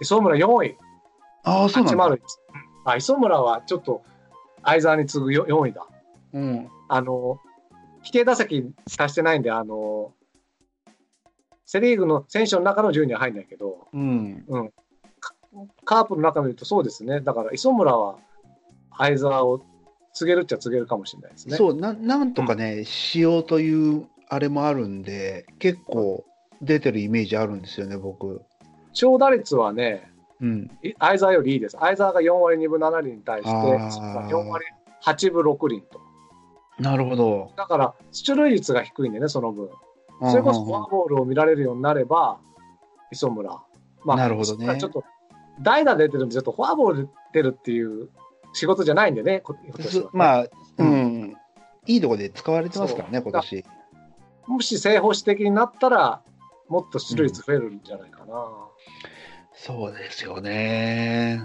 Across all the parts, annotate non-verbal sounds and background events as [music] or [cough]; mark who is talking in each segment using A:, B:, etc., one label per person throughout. A: 磯村4位。
B: ああ、そうなんだ。
A: 801。あ、磯村はちょっと相沢に次ぐ4位だ。
B: うん。
A: あの、規定打席達してないんで、あの、セ・リーグの選手の中の10には入んないけど、
B: うん。
A: カープの中で言うとそうですね、だから磯村は相沢を告げるっちゃ告げるかもしれないですね。
B: そう、ななんとかね、しようというあれもあるんで、結構出てるイメージあるんですよね、僕。
A: 長打率はね、
B: うん。
A: い相沢よりいいです。相沢が4割2分7厘に対して、
B: あー
A: 4割8分6厘と。
B: なるほど。
A: だから、出塁率が低いんでね、その分。それこそフォアボールを見られるようになれば、磯村。ま
B: なるほどね
A: 磯村ちょっと、代打出てるんで、ちょっとフォアボール出るっていう仕事じゃないんでね、こ今年はね
B: すまあ、
A: う
B: うんん、いいとこで使われてますからね、
A: そう
B: 今年。
A: もし正捕手的になったら、もっと出塁率増えるんじゃないかな。
B: そうですよね。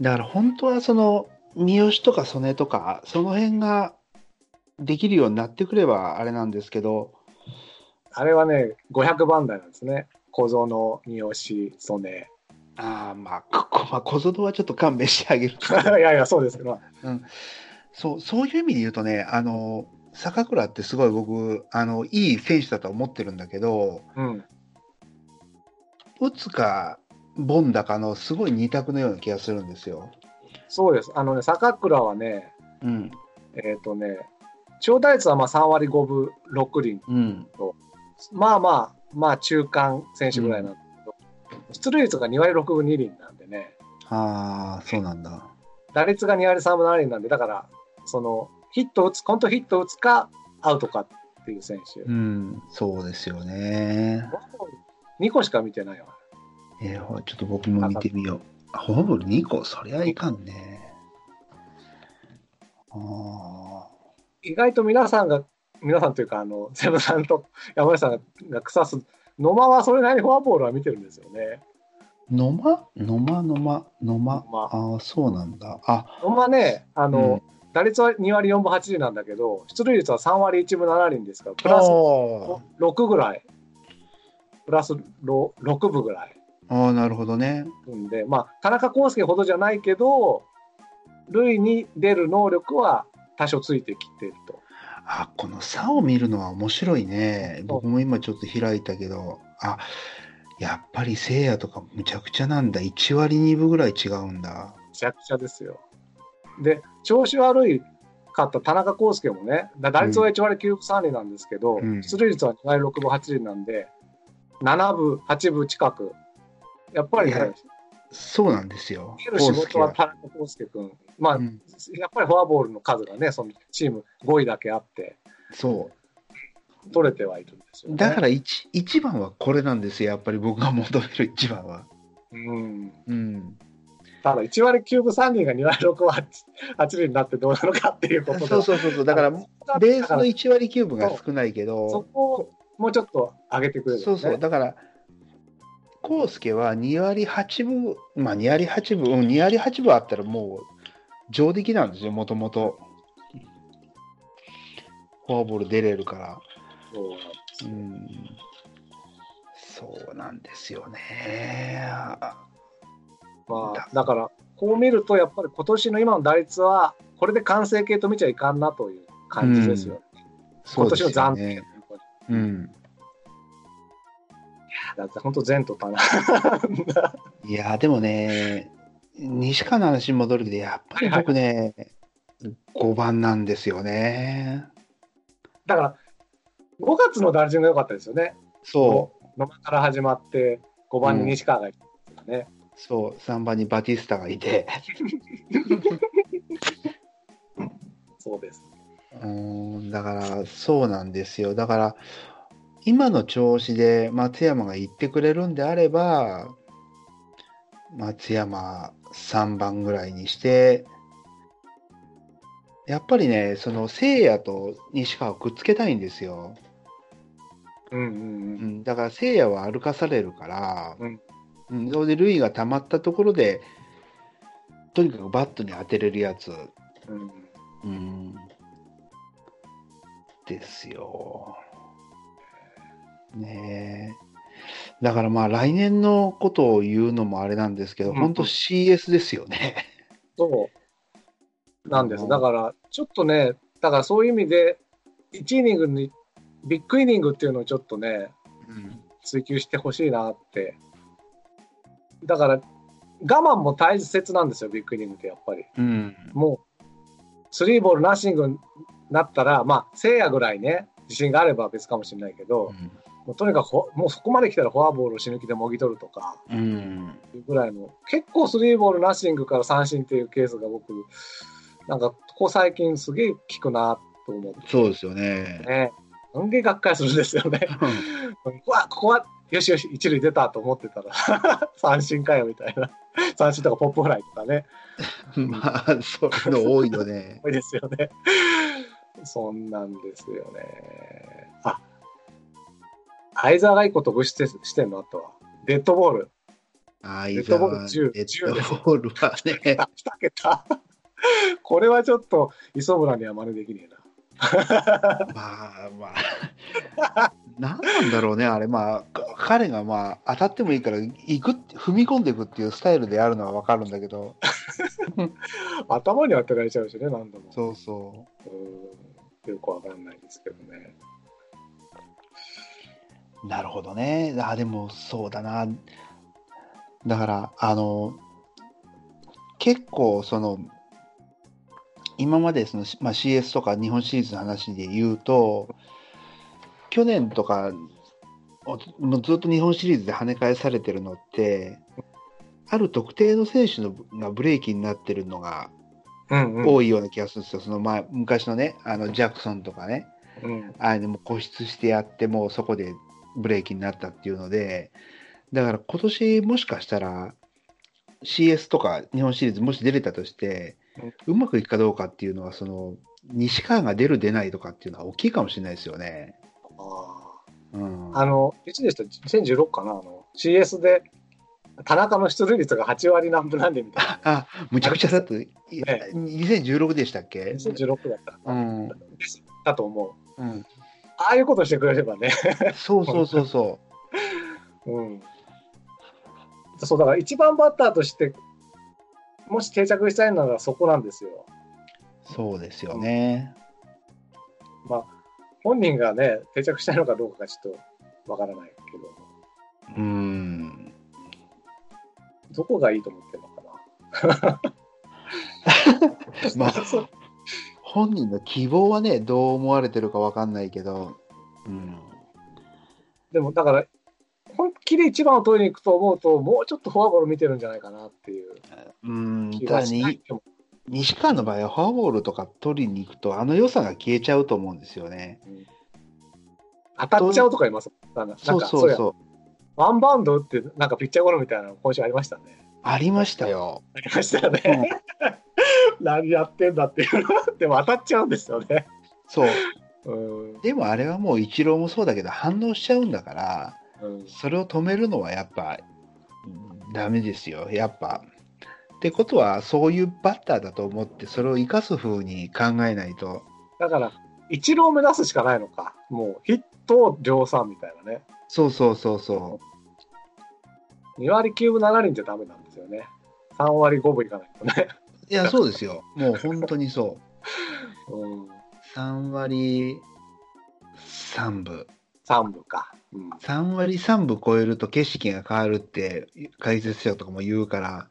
B: だから本当はその、三好とか曽根とか、その辺ができるようになってくればあれなんですけど、
A: あれはね、500番台なんですね。小園、三好、曽根。 [laughs]
B: ああ、まあ、ここ、 [laughs] まあ、小園はちょっと勘弁してあげる
A: い
B: [laughs]
A: やいや、そうですけど、
B: そう、そういう意味で言うとね、あの、坂倉ってすごい僕、あの、いい選手だとは思ってるんだけど、
A: うん、
B: 打つか、ボンだかのすごい二択のような気がするんですよ。
A: そうです。あのね、坂倉はね、
B: うん。
A: えっ、とね、長打率はまあ3割5分6厘。
B: うん。
A: まあまあ、まあ中間選手ぐらいなんだけど、出塁率が2割6分2厘なんでね、
B: ああ、そうなんだ。
A: 打率が2割3分7厘なんで、だから、その、ヒット打つ、コントヒット打つか、アウトかっていう選手。
B: うん、そうですよね。
A: 2個しか見てないわ。
B: えーほちょっと僕も見てみよう。あフォアボール2個、そりゃいかんね。あ
A: 意外と皆さんが、皆さんというか、あの、 [laughs] セブさんと山根さんが腐す、野間はそれなりにフォアボールは見てるんですよね。
B: あ、のまのまのまのま
A: 野。
B: ああ、そうなんだ。あ、
A: 野間ね、あ
B: あ
A: の、打率は2割4分8厘なんだけど、出塁率は3割1分7厘ですから、プ
B: プラ
A: ラ
B: ス
A: ス
B: あ
A: 6ぐらい、プラスろ6分ぐらい
B: あ、なるほどね。
A: んで、まあ、田中康介ほどじゃないけど、塁に出る能力は多少ついてきてると。
B: あ、この差を見るのは面白いね。僕も今ちょっと開いたけど、あ、やっぱり聖夜とかむちゃくちゃなんだ。1割2分ぐらい違うんだ。
A: めちゃくちゃですよ。で、調子悪いかった田中康介もね、だ打率は1割9分3厘なんですけど、
B: うん
A: 出塁率は2割6分8厘なんで、7分、8分近く、やっぱり
B: いや
A: ね、
B: そうなんですよ。
A: 見る仕
B: 康
A: 事
B: 介
A: は
B: は
A: 田中康介君、まあ、
B: うん
A: やっぱりフォアボールの数がね、そのチーム5位だけあって、
B: そう。
A: 取れてはいるんですよ、ね。
B: だから 1, 一番はこれなんですよ、やっぱり僕が求める一番は。
A: うん、
B: うん、
A: ただ1割9分3厘が2割6分8 8厘になってどうなのかっていうこ
B: そう
A: とで
B: そうそうそう、だからベースの1割9分が少ないけ
A: そ
B: ど、
A: こをもうちょっと上げてくれる、ね、
B: そうそう、だから、康介は2割8分、まあ2割8分、うん2割8分あったらもう上出来なんですよ、もともと。フォアボール出れるから。
A: そうなんです
B: うん、そうなんですよね。あ
A: まあ
B: だ、
A: だから、こう見ると、やっぱり今年の今の打率は、これで完成形と見ちゃいかんなという感じですよ。
B: う
A: 今年の
B: そう
A: 残
B: です
A: 念
B: よね。うん
A: だって本当、前途多な。
B: いやーでもね、西川の話に戻るけど、やっぱり僕ね、5番なんですよね。
A: だから、5月の打順が良かったですよね。
B: そ
A: 野間から始まって、5番に西川がいたからね。
B: う、そう、3番にバティスタがいて、
A: そうです。
B: うーん、だからそうなんですよ。だから、今の調子で松山が行ってくれるんであれば、松山3番ぐらいにして、やっぱりね、その聖夜と西川をくっつけたいんですよ。
A: うんうん
B: う
A: うん。
B: ん、だから聖夜は歩かされるから、
A: うん
B: うんそれでルイが溜まったところでとにかくバットに当てれるやつ、
A: うん、
B: うん、ですよ。ねえ。だからまあ来年のことを言うのもあれなんですけど、
A: うん
B: 本当 CS ですよね。
A: そうなんです。
B: うん
A: だから、ちょっとね、だからそういう意味で、1イニングに、ビッグイニングっていうのをちょっとね、追求してほしいなって。だから、我慢も大切なんですよ、ビッグイニングってやっぱり。
B: うん。
A: もう、スリーボールナッシングになったら、まあ、せいやぐらいね、自信があれば別かもしれないけど、もうとにかくほ、もうそこまで来たらフォアボールを死ぬ気でもぎ取るとか、
B: うん。
A: ぐらいの、結構スリーボールナッシングから三振っていうケースが僕、なんかここ最近すげえ聞くなと思って
B: そうですよね。
A: ね、なんでがっかりするんですよね。 [laughs] うわ、ここは、よしよし、一塁出たと思ってたら、 [laughs] 三振かよみたいな、三振とかポップフライとかね、
B: [laughs] まあ、そういうの多いよ
A: [laughs]
B: ね。
A: 多いですよね。そんなんですよね。あ相沢が一個得してしてんのあとは、デッドボール、
B: 相
A: ッドボー
B: 沢
A: ル10
B: デッドボールはね、
A: あ二桁。これはちょっと磯村には真似できねえな。
B: まあま [laughs] あ、なんなんだろうね、あれ、まあ、か彼がまあ当たってもいいから行くって、踏み込んでいくっていうスタイルであるのは分かるんだけど、
A: 頭に当てられちゃうしね、何度も。
B: そうそう
A: ーんよくわかんないですけどね。
B: う、なるほどね、あでもそうだな、だから、あの、結構、その、今までその、まあ、CS とか日本シリーズの話で言うと、去年とか、おもうずっと日本シリーズで跳ね返されてるのって、ある特定の選手のがブレーキになってるのが
A: うん、
B: 多いような気がするんですよ、その前昔のね、あのジャクソンとかね、
A: うん。
B: ああいうのも固執してやって、もうそこでブレーキになったっていうので、だから今年もしかしたら、CS とか日本シリーズ、もし出れたとして、うまくいくかどうかっていうのは、その西川が出る、出ないとかっていうのは大きいかもしれないですよね。
A: あ
B: うん、
A: ーあの、いつでした ?2016 かなあの ?CS で、田中の出塁率が8割何分なんでみたい [laughs] な。
B: あ、むちゃくちゃだと、い
A: え
B: 2016でしたっけ
A: 2016だったか
B: う
A: な、
B: ん、
A: だと思う。
B: うん、
A: ああいうことしてくれればね。
B: そうそうそうそ
A: うん。そう、だから一番バッターとして、もし定着したいならそこなんですよ。
B: う、そうですよね。
A: まあ、本人がね、定着したいのかどうかがちょっとわからないけど。
B: うん、
A: どこがいいと思ってるのかな
B: [laughs] まあ
A: そう
B: 本人の希望はね、どう思われてるかわかんないけど、うん、
A: でもだから本気で一番を取りに行くと思うともうちょっとフォアボール見てるんじゃないかなっていう
B: うん、
A: 気
B: ただ
A: がしない
B: に
A: でも、
B: 西川の場合はフォアボールとか取りに行くと、あの良さが消えちゃうと思うんですよね。
A: うん当たっちゃうとか言いますなんか
B: そう
A: そ
B: そうう
A: や
B: そう。
A: ワンバウンド打ってなんかピッチャーゴロみたいなの今週ありましたね
B: ありましたよ。
A: ありましたよね、 [laughs] 何やってんだっていうでも当たっちゃうんですよね
B: そう。
A: うん、
B: でもあれはもう一郎もそうだけど、反応しちゃうんだから、
A: うん、
B: それを止めるのはやっぱうんダメですよ、やっぱ。ってことは、そういうバッターだと思って、それを生かす風に考えないと、
A: だから一郎を目指すしかないのかもうヒットを量産みたいなね
B: そうそうそうそ
A: 2割9分7厘じゃダメなんですよね。3割5分いかないとね。 [laughs]
B: う。いや、そうですよ。もう本当にそう。
A: うん、
B: 3割3分。
A: 3分か。うん
B: 3割3分超えると景色が変わるって解説者とかも言うから、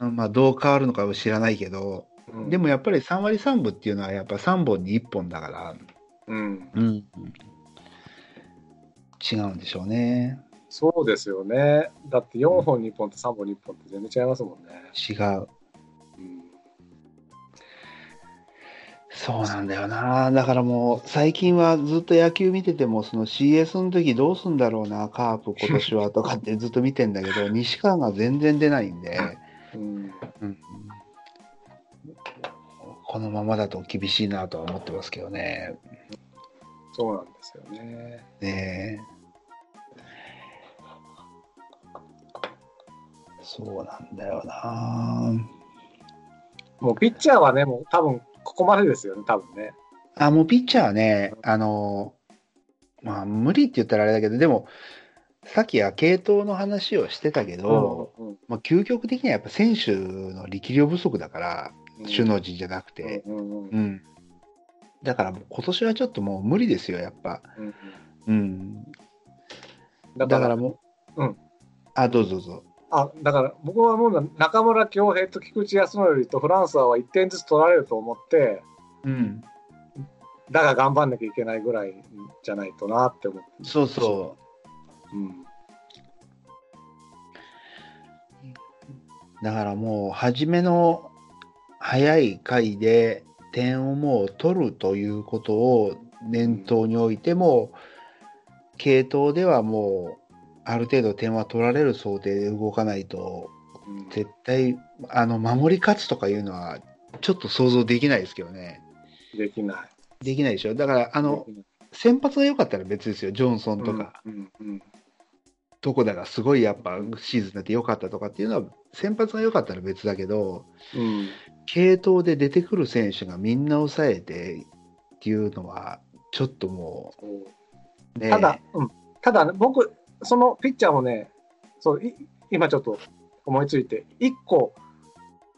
B: まあどう変わるのかは知らないけど、で、もやっぱり3割3分っていうのはやっぱ3本に1本だから、
A: うん、
B: うん、違うんでしょうね。
A: そうですよね。だって4本2本と3本2本って全然違いますもんね。
B: 違う。そうなんだよな。だからもう最近はずっと野球見てても、その CS の時どうすんだろうな、カープ今年はとかってずっと見てんだけど、西川が全然出ないんで。
A: うんうん
B: うんこのままだと厳しいなとは思ってますけどね。
A: そうなんですよね。
B: ねえそうなんだよな。
A: もうピッチャーはね、もう多分ここまでですよね、多分ね。
B: あ、もうピッチャーはね、あの、まあ無理って言ったらあれだけど、でも、さっきは系統の話をしてたけど、
A: うんうん
B: まあ、究極的にはやっぱ選手の力量不足だから、首脳陣じゃなくて、
A: うんうんうん
B: うんだからもう今年はちょっともう無理ですよ、やっぱ。
A: うん
B: うん、
A: だ
B: だ
A: か
B: から
A: ら、
B: もう、
A: うん
B: あ、どうぞどうぞ。
A: あだから僕はもう中村恭平と菊池康則とフランスは1点ずつ取られると思って、
B: うん、
A: だが頑張んなきゃいけないぐらいじゃないとなって思って、
B: そうそ
A: うん
B: う。だからもう、初めの早い回で点をもう取るということを念頭に置いても、系統ではもう、ある程度点は取られる想定で動かないと、
A: うん
B: 絶対、あの、守り勝つとかいうのは、ちょっと想像できないですけどね。
A: できない。
B: できないでしょ。だから、あ
A: あ
B: の、、先発が良かったら別ですよ。ジョンソンとか。
A: うんうん
B: どこだがすごいやっぱシーズンだって良かったとかっていうのは先発が良かったら別だけど
A: うん
B: 系統で出てくる選手がみんな抑えてっていうのはちょっとも
A: そう
B: うね
A: ただ、うん、ただね、僕、そのピッチャーもね、そうい今ちょっと思いついて、1個、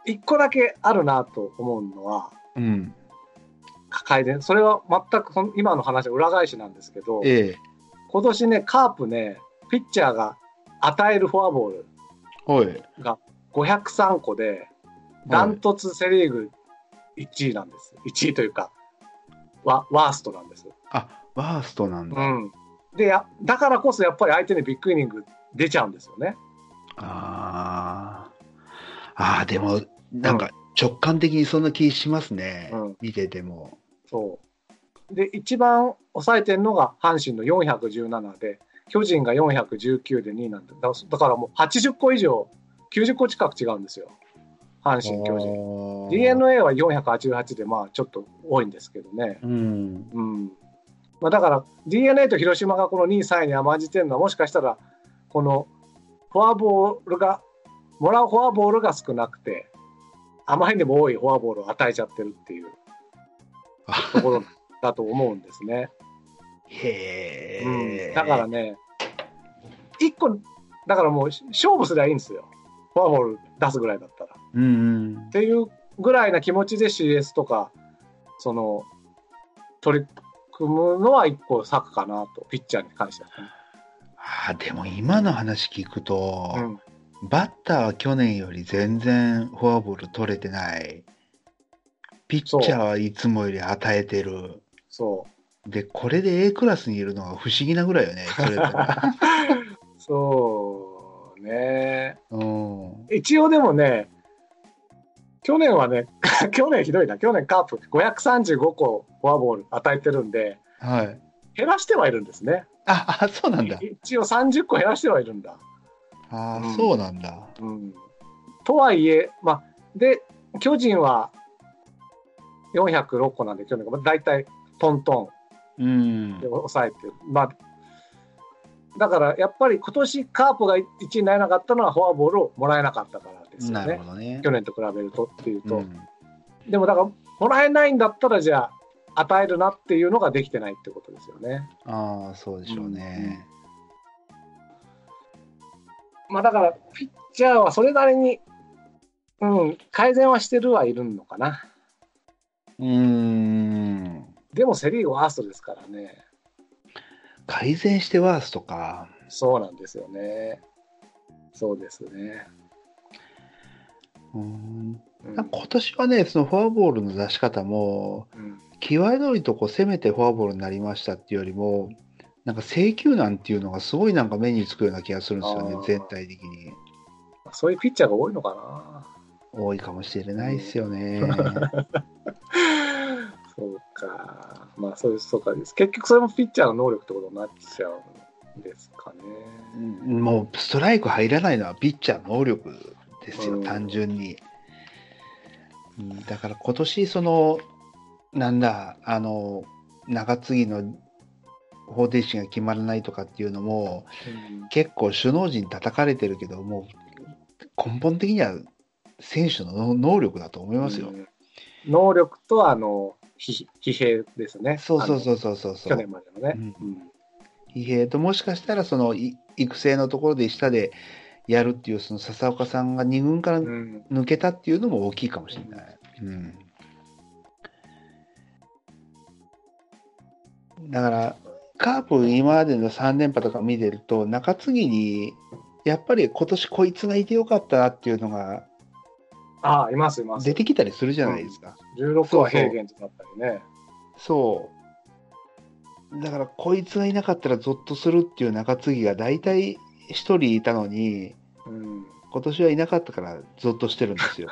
A: 一個だけあるなと思うのは、
B: うん
A: 改善、それは全くその今の話、裏返しなんですけど、
B: ええ
A: 今年ね、カープね、ピッチャーが与えるフォアボール
B: はい
A: 503個で、ダントツセ・リーグ1位なんです、1位というか、ワワーストなんです。
B: あワーストなんだ、
A: うん、でやだからこそやっぱり相手にビッグイニング出ちゃうんですよね。
B: あーあーでもなんか直感的にそんな気しますね、
A: うん
B: 見てても
A: そうで一番抑えてるのが阪神の417で巨人が419で2位なんでだだからもう80個以上90個近く違うんですよ阪神巨人。
B: 人
A: d n a は488でまあちょっと多いんですけどね。
B: うん
A: うんまあ、だから d n a と広島がこの2位3位に甘んじてるのはもしかしたらこのフォアボールがもらうフォアボールが少なくてあまりにも多いフォアボールを与えちゃってるっていうところだと思うんですね。
B: へえ、
A: うん、だからね1個だからもう勝負すればいいんですよフォアボール出すぐらいだったら。っ
B: うんうん
A: ていうぐらいな気持ちで CS とかその取り組むのは1個策かなとピッチャーに関してはね。
B: あーでも今の話聞くと、
A: うん
B: バッターは去年より全然フォアボール取れてないピッチャーはいつもより与えてる
A: そ
B: でこれで A クラスにいるのが不思議なぐら
A: [laughs]
B: いよね取れたら
A: う。そうね。
B: うん
A: 一応でもね、去年はね、 [laughs] 去年ひどいな、去年カープ535個フォアボール与えてるんで、
B: はい
A: 減らしてはいるんですね。
B: ああそうなんだ
A: 一応30個減らしてはいるんだ。
B: あー、
A: うん
B: そうなんだ
A: うん、とはいえ、まあ、で、巨人は406個なんで、去年がまあ大体トントン。
B: うん
A: で抑えてる、まあ、だからやっぱり今年カープが1位になれなかったのはフォアボールをもらえなかったからですよ
B: なる
A: ね
B: ほどね
A: 去年と比べるとっていうと、
B: うん
A: でもだからもらえないんだったらじゃあ与えるなっていうのができてないってことですよね。
B: ああそうでしょうね、
A: まあ、だからピッチャーはそれなりに、うん、改善はしてるはいるのかな。
B: うーん
A: でもセ・リーグワーストですからね。
B: 改善してワースとか
A: そうなんですよね。そうですね。
B: うん
A: うん
B: なんか今年はね、そのフォアボールの出し方も、
A: うん
B: 際どいとこ攻めてフォアボールになりましたっていうよりも、なんか制球なんていうのがすごいなんか目につくような気がするんですよね
A: あ、ー
B: 全体的に。
A: そういうピッチャーが多いのか
B: [laughs]
A: な。
B: 多いかもしれないですよね。
A: そうか、まあそうです、そうかです。結局それもピッチャーの能力ってことになっちゃうんですかね。
B: うんもうストライク入らないのはピッチャー能力です
A: う
B: よ、
A: ん
B: 単純に。うんだから今年、その、なんだ、あの、中継ぎの方程式が決まらないとかっていうのも、結構首脳陣叩かれてるけどもう根本的には選手の能力だと思いますよ、
A: うん能力とあのひ疲弊ですね。
B: そうそうそうそうそ
A: あ
B: う
A: の
B: そ
A: 去
B: う
A: 年までのね。
B: うん
A: うん
B: 疲弊ともしかしたらそのい育成のところで下でやるっていう、その笹岡さんが2軍から
A: うん、
B: 抜けたっていうのも大きいかもしれない。うん。だから、カープ今までの3連覇とか見てると、中継ぎに、やっぱり今年こいつがいてよかったなっていうのが
A: ああいますいます
B: 出てきたりするじゃないですか。
A: 16は平原とだったりね
B: そう。だから、こいつがいなかったらゾッとするっていう中継ぎが大体1人いたのに、
A: うん
B: 今年はいなかったからゾッとしてるんで
A: [laughs]
B: すよ。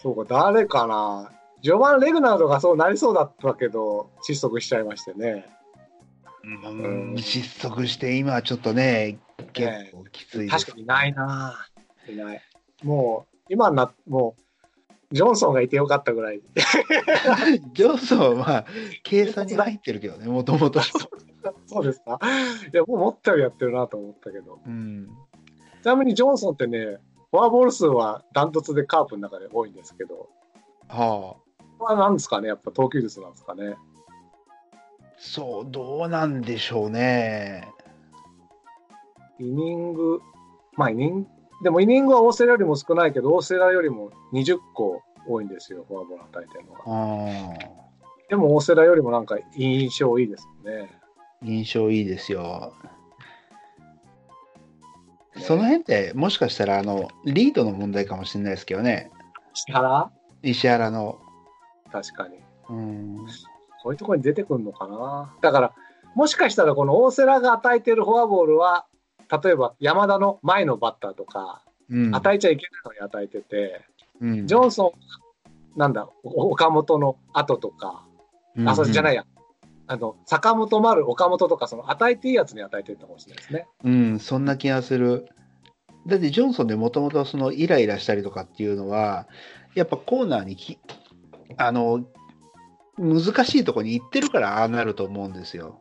A: そうか誰かな序盤レグナードがそうなりそうだったけど窒息しちゃいましてね
B: うん失速して今はちょっとね結構きついです
A: 確かにいないないないもう今になもうジョンソンがいてよかったぐらい [laughs]
B: [laughs] ジョンソンは計算に入ってるけどねもともと
A: そうですかいやもうもったよりやってるなと思ったけど
B: うん
A: ちなみにジョンソンってねフォアボール数はダントツでカープの中で多いんですけど
B: は
A: これはなんですかねやっぱ投球術なんですかね
B: あそうどうなんでしょうね
A: イニング、まあイニング、でもイニングはオーストラリアよりも少ないけど、オーストラリアよりも20個多いんですよ、フォアボール与えてるのが。
B: あ
A: でもオーストラリアよりもなんか印象いいですね。
B: 印象いいですよその辺ってもしかしたらあのリードの問題かもしれないですけどね
A: 石原
B: 石原の
A: 確かに。
B: うん
A: こういうところに出てくるのかな。だから、もしかしたらこのオーストラリアが与えてるフォアボールは、例えば山田の前のバッターとか、
B: うん
A: 与えちゃいけないのに与えてて、
B: うん
A: ジョンソンは、なんだ、お岡本の後とか、あ、そうじゃないや。あの、坂本丸、岡本とか、その、与えていいやつに与えてるのかもしれないですね。
B: うん、そんな気がする。だってジョンソンでもともとそのイライラしたりとかっていうのは、やっぱコーナーにき、あの、難しいとこに行ってるからああなると思うんですよ。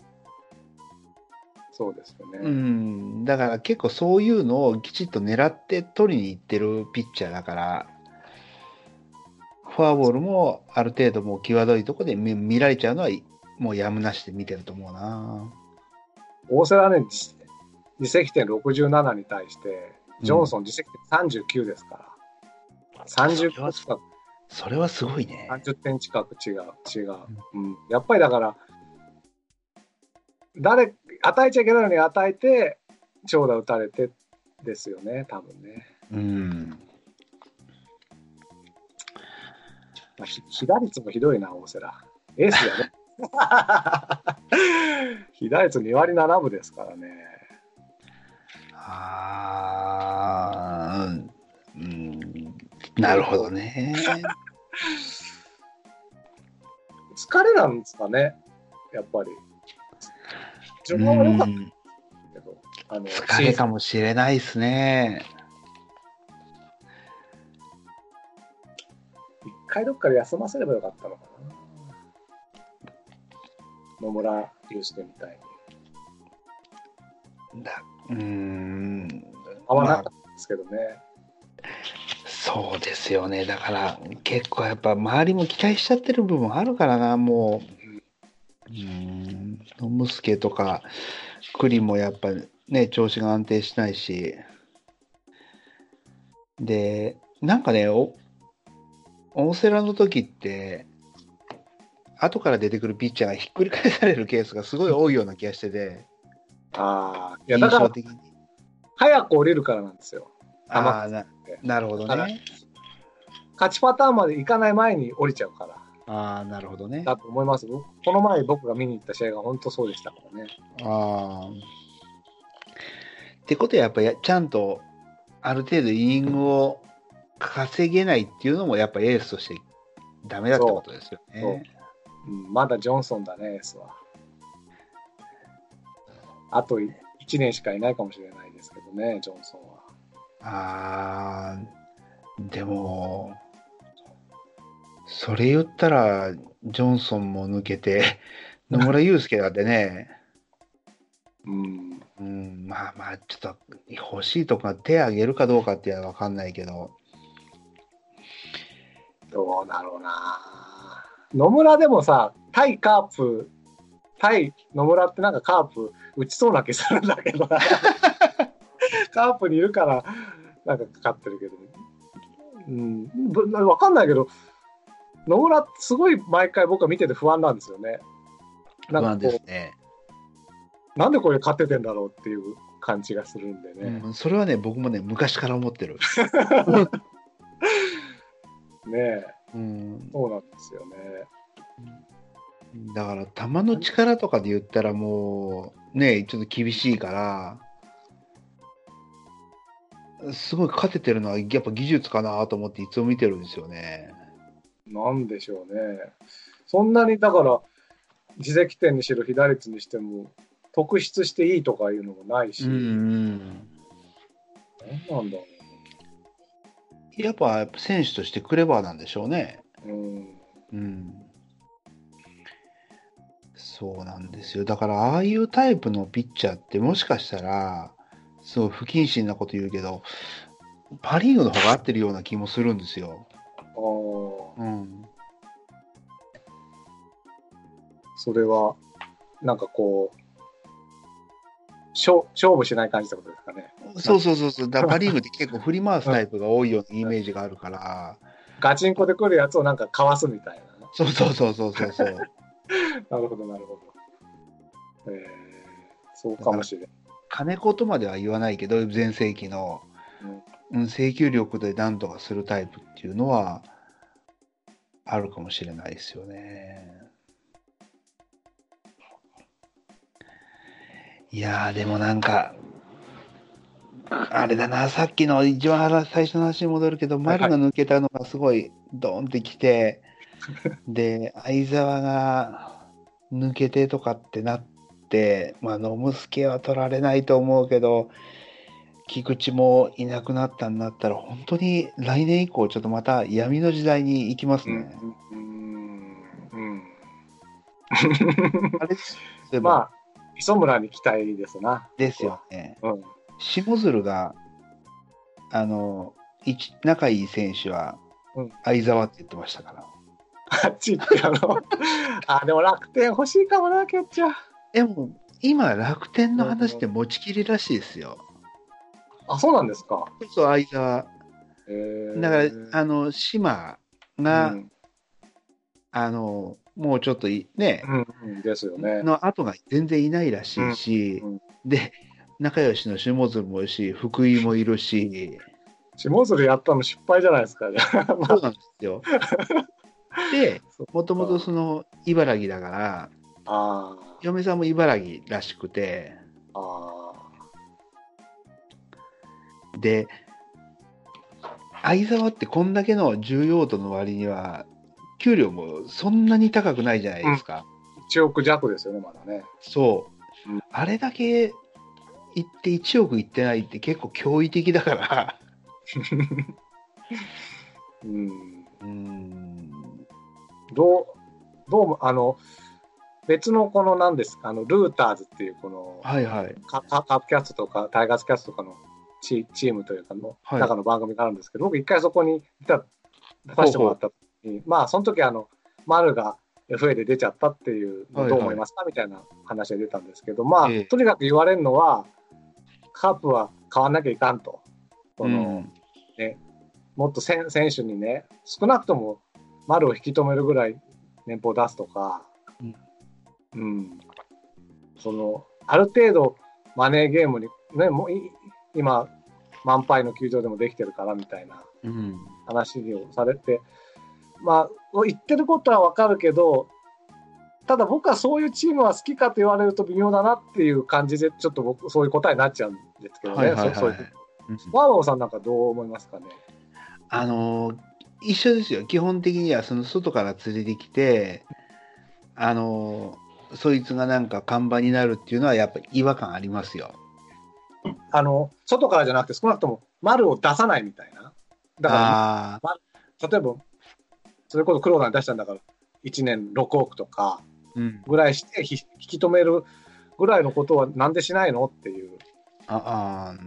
A: そうですよね。
B: うん、だから結構そういうのをきちっと狙って取りに行ってるピッチャーだから、フォアボールもある程度もう際どいとこで見見られちゃうのは、もうやむなしで見てると思うな。
A: 大瀬良ね、自自責点67に対して、ジョンソン自責点39ですから。30
B: それは
A: 点近く、
B: それはすごいね。
A: 30点近く違う、違う。うん。やっぱりだから、誰、与えちゃいけないのに与えて、長打打たれてですよね、多分ね。
B: うん。
A: まあ、ひ被打率もひどいな、大瀬良。エースだね。 [laughs] 被打率2割7分ですからね。
B: あーうん、なるほどね。
A: 疲れなんですかね、やっぱり。
B: う
A: 自分は良かっ
B: ん、
A: たけど、あの
B: 疲れかもしれないですね。
A: 一回どっかで休ませればよかったのかな。野村祐介みたいに。
B: だうん、
A: 合わなかったですけどね。
B: そうですよね。だから結構やっぱ周りも期待しちゃってる部分あるからな、もう。うん、ノムスケとかクリもやっぱね、調子が安定しないし。で、なんかね、おオンセラの時って、後から出てくるピッチャーがひっくり返されるケースがすごい多いような気がしてて、
A: ああ、いや
B: 印
A: だか
B: 象
A: ら
B: 的に。
A: 早く降りるからなんですよ。
B: ああ、ななるほど
A: だから
B: ね。
A: 勝ちパターンまでいかない前に降りちゃうから。
B: ああ、なるほどね。
A: だと思います。僕この前僕が見に行った試合が本当そうでしたからね。
B: ああ。ってことはやっぱやちゃんとある程度イニングを稼げないっていうのもやっぱエースとしてダメだってことですよね。
A: うん、まだジョンソンだね、エースは。あと1年しかいないかもしれないですけどね、ジョンソンは。
B: ああ。でも、それ言ったらジョンソンも抜
A: [laughs]
B: けて野村祐介だってね、
A: うん、
B: うん、まあまあちょっと欲しいとか手あげるかどうかっていうのは分かんないけど。
A: どうだろうな。野村でもさ、対カープ対野村ってなんかカープ打ちそうな気するんだけどなカープにいるからなんかかかってるけど、うん、ぶわかんないけど野村すごい毎回僕は見てて不安なんですよね。な
B: 不安
A: んか
B: で
A: こ
B: すね。
A: うなんでこれ勝ててんだろうっていう感じがするんでね。
B: うん、それはね、僕もね、昔から思ってる。
A: ねえ
B: [laughs] うん、
A: そうなんですよね。
B: だから、球の力とかで言ったら、もう、ね、ちょっと厳しいから、すごい勝ててるのは、やっぱ技術かなと思って、いつも見てるんですよね。
A: なんでしょうね。そんなにだから、自責点にしろ、被打率にしても、特筆していいとかいうのもないし、
B: うん、う。
A: なんなんだろ
B: やっぱ、選手としてクレバーなんでしょうね。
A: う。うん、
B: うんそうなんですよ。だから、ああいうタイプのピッチャーって、もしかしたら、すごい不謹慎なこと言うけど、パ・リーグの方が合ってるような気もするんですよ。
A: ああ、
B: うん。
A: それは、なんかこう、勝勝負しない感じってことですかね。
B: そうそうそうそう。だからパ・リーグって結構振り回すタイプが多いようなイメージがあるから、
A: ガチンコで来るやつをなんかかわすみたいな。
B: そうそうそうそうそうそう。
A: なるほど、なるほど。えー、そうかもしれない。
B: 金子とまでは言わないけど、全盛期の、うん、請求力で何とかするタイプっていうのは、あるかもしれないですよね。いやー、でもなんか、あれだな、さっきの一番話最初の話に戻るけど、
A: はい
B: 丸が抜けたのがすごい、ドーンってきて、で、相沢が抜けてとかってなって、まあ、野茂助は取られないと思うけど、菊池もいなくなったんだったら、本当に来年以降、ちょっとまた闇の時代に行きますね。
A: うん、うん、
B: あれ
A: う
B: で
A: ん。
B: も、
A: まあ、磯村に期待ですな。 [laughs]
B: ですよね。
A: うん。
B: 下鶴が、あの、一仲いい選手は
A: うん、
B: 相沢って言ってましたから。
A: あっち行ってあの [laughs] あでも楽天欲しいかもなキャッチャー
B: でも、今、楽天の話って持ちきりらしいですよ。
A: あそうなんですか
B: そうそう、相沢。
A: えー
B: だから、あの、島が、
A: うん
B: あの、もうちょっといね、
A: うんうんですよね
B: の後が全然いないらしいし、
A: うんうん
B: で、仲良しの下鶴もいるし、福井もいるし、
A: 下鶴やったの失敗じゃないですか [laughs] ねま
B: そうなんで
A: [laughs]
B: すよ。で
A: そう、
B: もともとその茨城だから、
A: あー
B: 嫁さんも茨城らしくて、
A: あ
B: で、相沢ってこんだけの重要度の割には、給料もそんなに高くないじゃないですか。
A: ー1億弱ですよねまだね
B: そう、
A: うん
B: あれだけ行って1億行ってないって結構驚異的だから、
A: うん
B: うん、
A: どうどうもあの別のこの何ですかあのルーターズっていうこの
B: はいはい、
A: カカカープキャストとかタイガースキャストとかのチチームというかの
B: はい
A: 中の番組があるんですけど、僕一回そこに出た出させてもらった時にまあその時あの丸が FA で出ちゃったっていう
B: はいはい
A: どう思いますかみたいな話が出たんですけどまあ、
B: ええ
A: とにかく言われるのはカープは変わんなきゃいかんとその、
B: うん
A: もっと選選手にね少なくとも丸を引き止めるぐらい年俸出すとか、うんそのある程度マネーゲームに、ね、もうい今満杯の球場でもできてるからみたいな
B: うん
A: 話をされてまあ言ってることはわかるけどただ僕はそういうチームは好きかと言われると微妙だなっていう感じでちょっと僕そういう答えになっちゃうんですけどね。
B: はいはい
A: そそう
B: は
A: いう
B: い。うん
A: ワーワーさんなんかどう思いますかね。
B: あのー一緒ですよ基本的にはその外から連れてきてあのーそいつがなんか看板になるっていうのはやっぱり違和感ありますよ。
A: あの外からじゃなくて少なくとも丸を出さないみたいなだか
B: あ
A: ら例えばそれこそ黒田に出したんだから1年6億とか
B: あー、うん、
A: ぐらいしてひ引き止めるぐらいのことはなんでしないのっていう、
B: ああ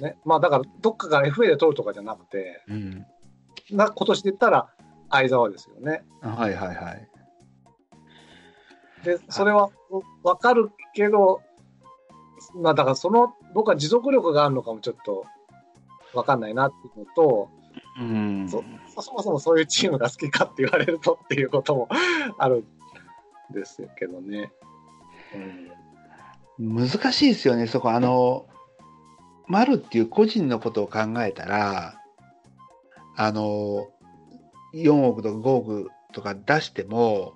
B: ー、
A: ね、まあだからどっかから FA で取るとかじゃなくて
B: うん、
A: な今年で言ったら相沢ですよね。
B: あはいはいはい。
A: で、それはわかるけど、まあだからその、僕は持続力があるのかもちょっとわかんないなっていうのと、
B: うん
A: そそもそもそういうチームが好きかって言われるとっていうこともあるんですけどね。うん
B: 難しいですよね、そこ。あの、マルっていう個人のことを考えたら、あの、4億とか5億とか出しても、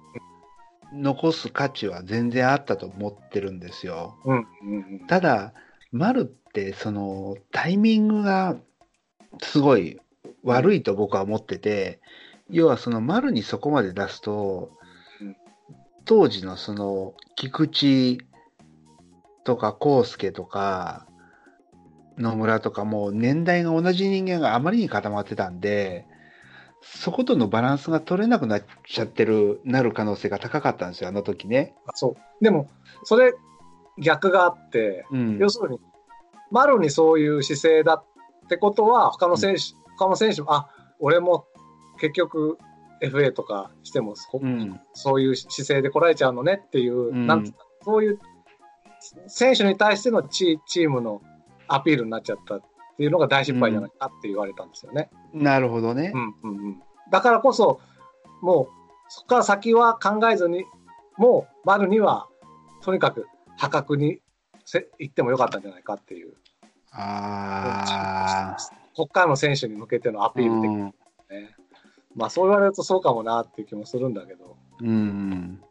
B: 残す価値は全然あったと思ってるんですよ。
A: うんうんうん
B: ただ、マルって、その、タイミングが、すごい悪いと僕は思ってて、要はその、マルにそこまで出すと
A: うん、
B: 当時のその、菊池とか、康介とか、野村とか、もう年代が同じ人間があまりに固まってたんで、そことのバランスが取れなくなっちゃってる、なる可能性が高かったんですよ、あの時ね。
A: あそうでもそれ逆があって、
B: うん。
A: 要するにマロにそういう姿勢だってことは他の選手、他の選手もあ俺も結局 FA とかしてもそ,、
B: うん。
A: ういう姿勢で来られちゃうのねっていう、
B: うん
A: なんつうかそういう選手に対してのチチームのアピールになっちゃったっていうのが大失敗じゃないかって言われたんですよね。
B: なるほどね。
A: うんうんうん、だからこそもうそこから先は考えずにもう丸にはとにかく破格にせ行ってもよかったんじゃないかっていう
B: ああ。
A: こっからの選手に向けてのアピール的
B: う
A: なね、
B: ん
A: まあそう言われるとそうかもなっていう気もするんだけど
B: うん。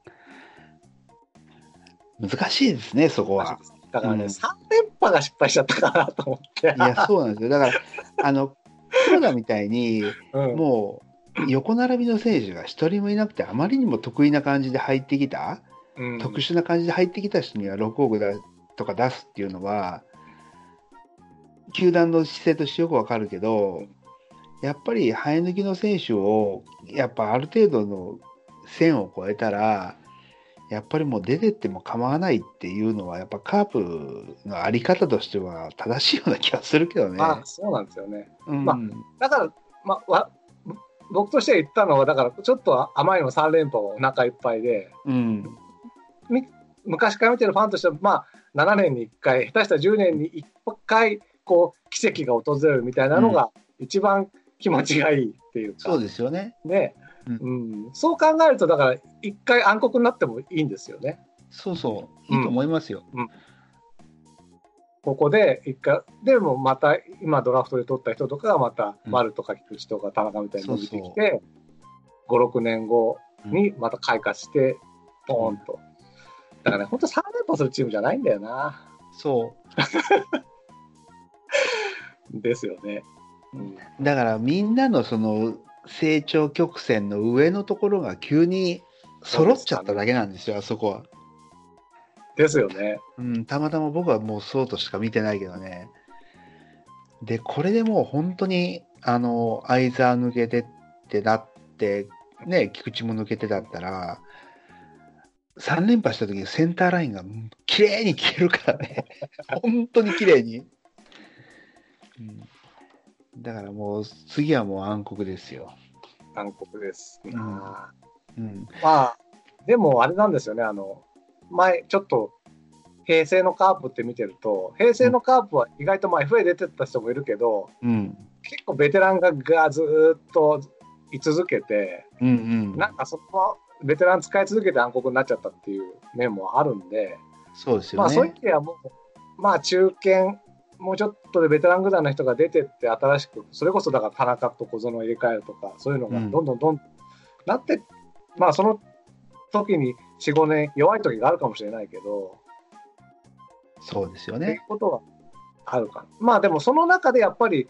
B: 難しいですね、そこは。
A: だからね、
B: うん
A: 3連覇が失敗しちゃったかなと思って
B: いや、そうなんですよ。だから、あの、黒田みたいに、
A: うん
B: もう、横並びの選手が一人もいなくて、あまりにも得意な感じで入ってきた、
A: うん
B: 特殊な感じで入ってきた人には6億だとか出すっていうのは、球団の姿勢としてよくわかるけど、やっぱり生え抜きの選手を、やっぱある程度の線を越えたら、やっぱりもう出てっても構わないっていうのは、やっぱカープのあり方としては正しいような気がするけどね。
A: まあそうなんですよね
B: うん
A: まあだから、まあ、わ僕として言ったのはだからちょっとあまりにも3連覇はお腹いっぱいで。
B: うん
A: 昔から見てるファンとしては、まあ、7年に1回下手したら10年に1回こう奇跡が訪れるみたいなのが一番気持ちがいいっていうか、
B: そうですよね。
A: ねうんそう考えるとだから1回暗黒になってもいいんですよね。
B: そうそう。いいと思いますよ。
A: ここで一回でもまた今ドラフトで取った人とかがまた
B: うん
A: 丸とか菊池とか田中みたいに伸びてきて、56年後にまた開花してポーンと。だからね、本当3連覇するチームじゃないんだよな。
B: そう。
A: ですよね。うん
B: だからみんなのその成長曲線の上のところが急に揃っちゃっただけなんですよ、あそこは。
A: ですよね。
B: うん、たまたま僕はもうそうとしか見てないけどね。で、これでもう本当に、あの、相沢抜けてってなって、ね、菊池も抜けてだったら、3連覇した時にセンターラインがうん綺麗に消えるからね。 [laughs] 本当に綺麗に。うんだからもう次はもう暗黒ですよ。
A: 韓国です。
B: ん
A: ま
B: うん。
A: あ、でもあれなんですよね、あの、前、ちょっと、平成のカープって見てると、平成のカープは意外とまあ FA 出てった人もいるけど、
B: うん。
A: 結構ベテランががずーっと居続けて、
B: うんうん。
A: なんかそこはベテラン使い続けて暗黒になっちゃったっていう面もあるんで、
B: そうです
A: ま
B: よ
A: あ
B: ね。
A: そういう意味ではもう、まあ中堅、もうちょっとでベテランぐらいの人が出てって新しく、それこそだから田中と小園を入れ替えるとか、そういうのが
B: うん
A: どんどんどん、なって、まあその時に4、5年弱い時があるかもしれないけど、
B: そうですよ
A: っていう
B: ね。
A: ことはあるかな。まあでもその中でやっぱり、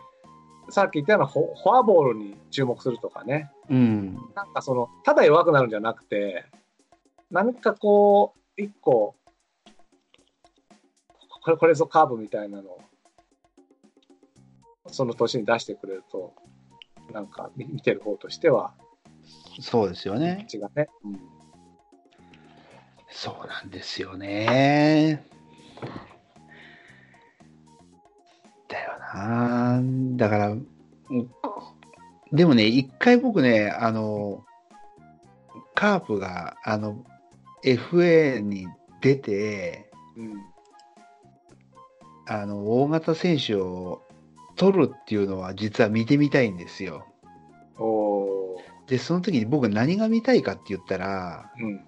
A: さっき言ったようなフォフォアボールに注目するとかね、
B: うん。
A: なんかその、ただ弱くなるんじゃなくて、何かこう、一個、これ、これぞカーブみたいなのを、その年に出してくれると、なんかみ見てる方としては、
B: そうですよね。
A: 違うね。うん
B: そうなんですよね。だよな。だから、うんでもね、一回僕ね、あの、カープが、あの、 FA に出て、
A: うん。
B: あの大型選手を取るっていうのは実は見てみたいんですよ。
A: おお
B: でその時に僕何が見たいかって言ったら
A: ー。うん。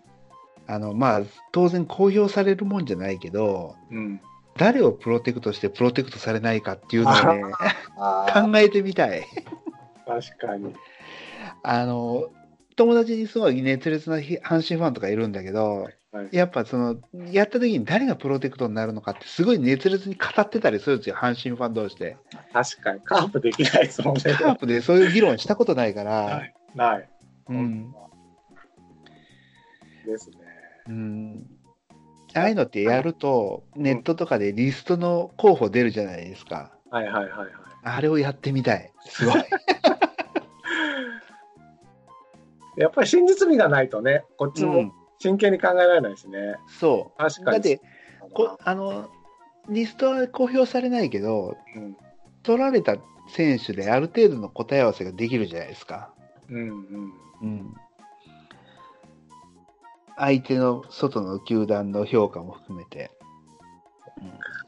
B: あのまあ当然公表されるもんじゃないけど
A: うん。
B: 誰をプロテクトしてプロテクトされないかっていうのをね
A: ああ、
B: 考えて
A: [laughs]
B: みたい。
A: 確かに。
B: あの友達にすごい熱烈なひ阪神ファンとかいるんだけど
A: はい。
B: やっぱそのやった時に誰がプロテクトになるのかってすごい熱烈に語ってたりするんですよ阪神ファン同士
A: [laughs]
B: で。
A: 確かに。カープできないですもんね。
B: カープでそういう議論したことないから、
A: はい。ない。
B: うん、
A: ですね。
B: うんああいうのってやると、ネットとかでリストの候補出るじゃないですか。
A: はいはいはいはい。
B: あれをやってみたい。すご
A: [laughs]
B: い。
A: やっぱり真実味がないとね、こっち
B: う
A: も
B: ん
A: 真剣に考えられないしね。
B: そう。
A: 確か
B: だ
A: に。
B: ってこ、あの、リストは公表されないけど、
A: うん、
B: 取られた選手である程度の答え合わせができるじゃないですか。
A: うんうん。
B: うん。相手の外の球団の評価も含めて。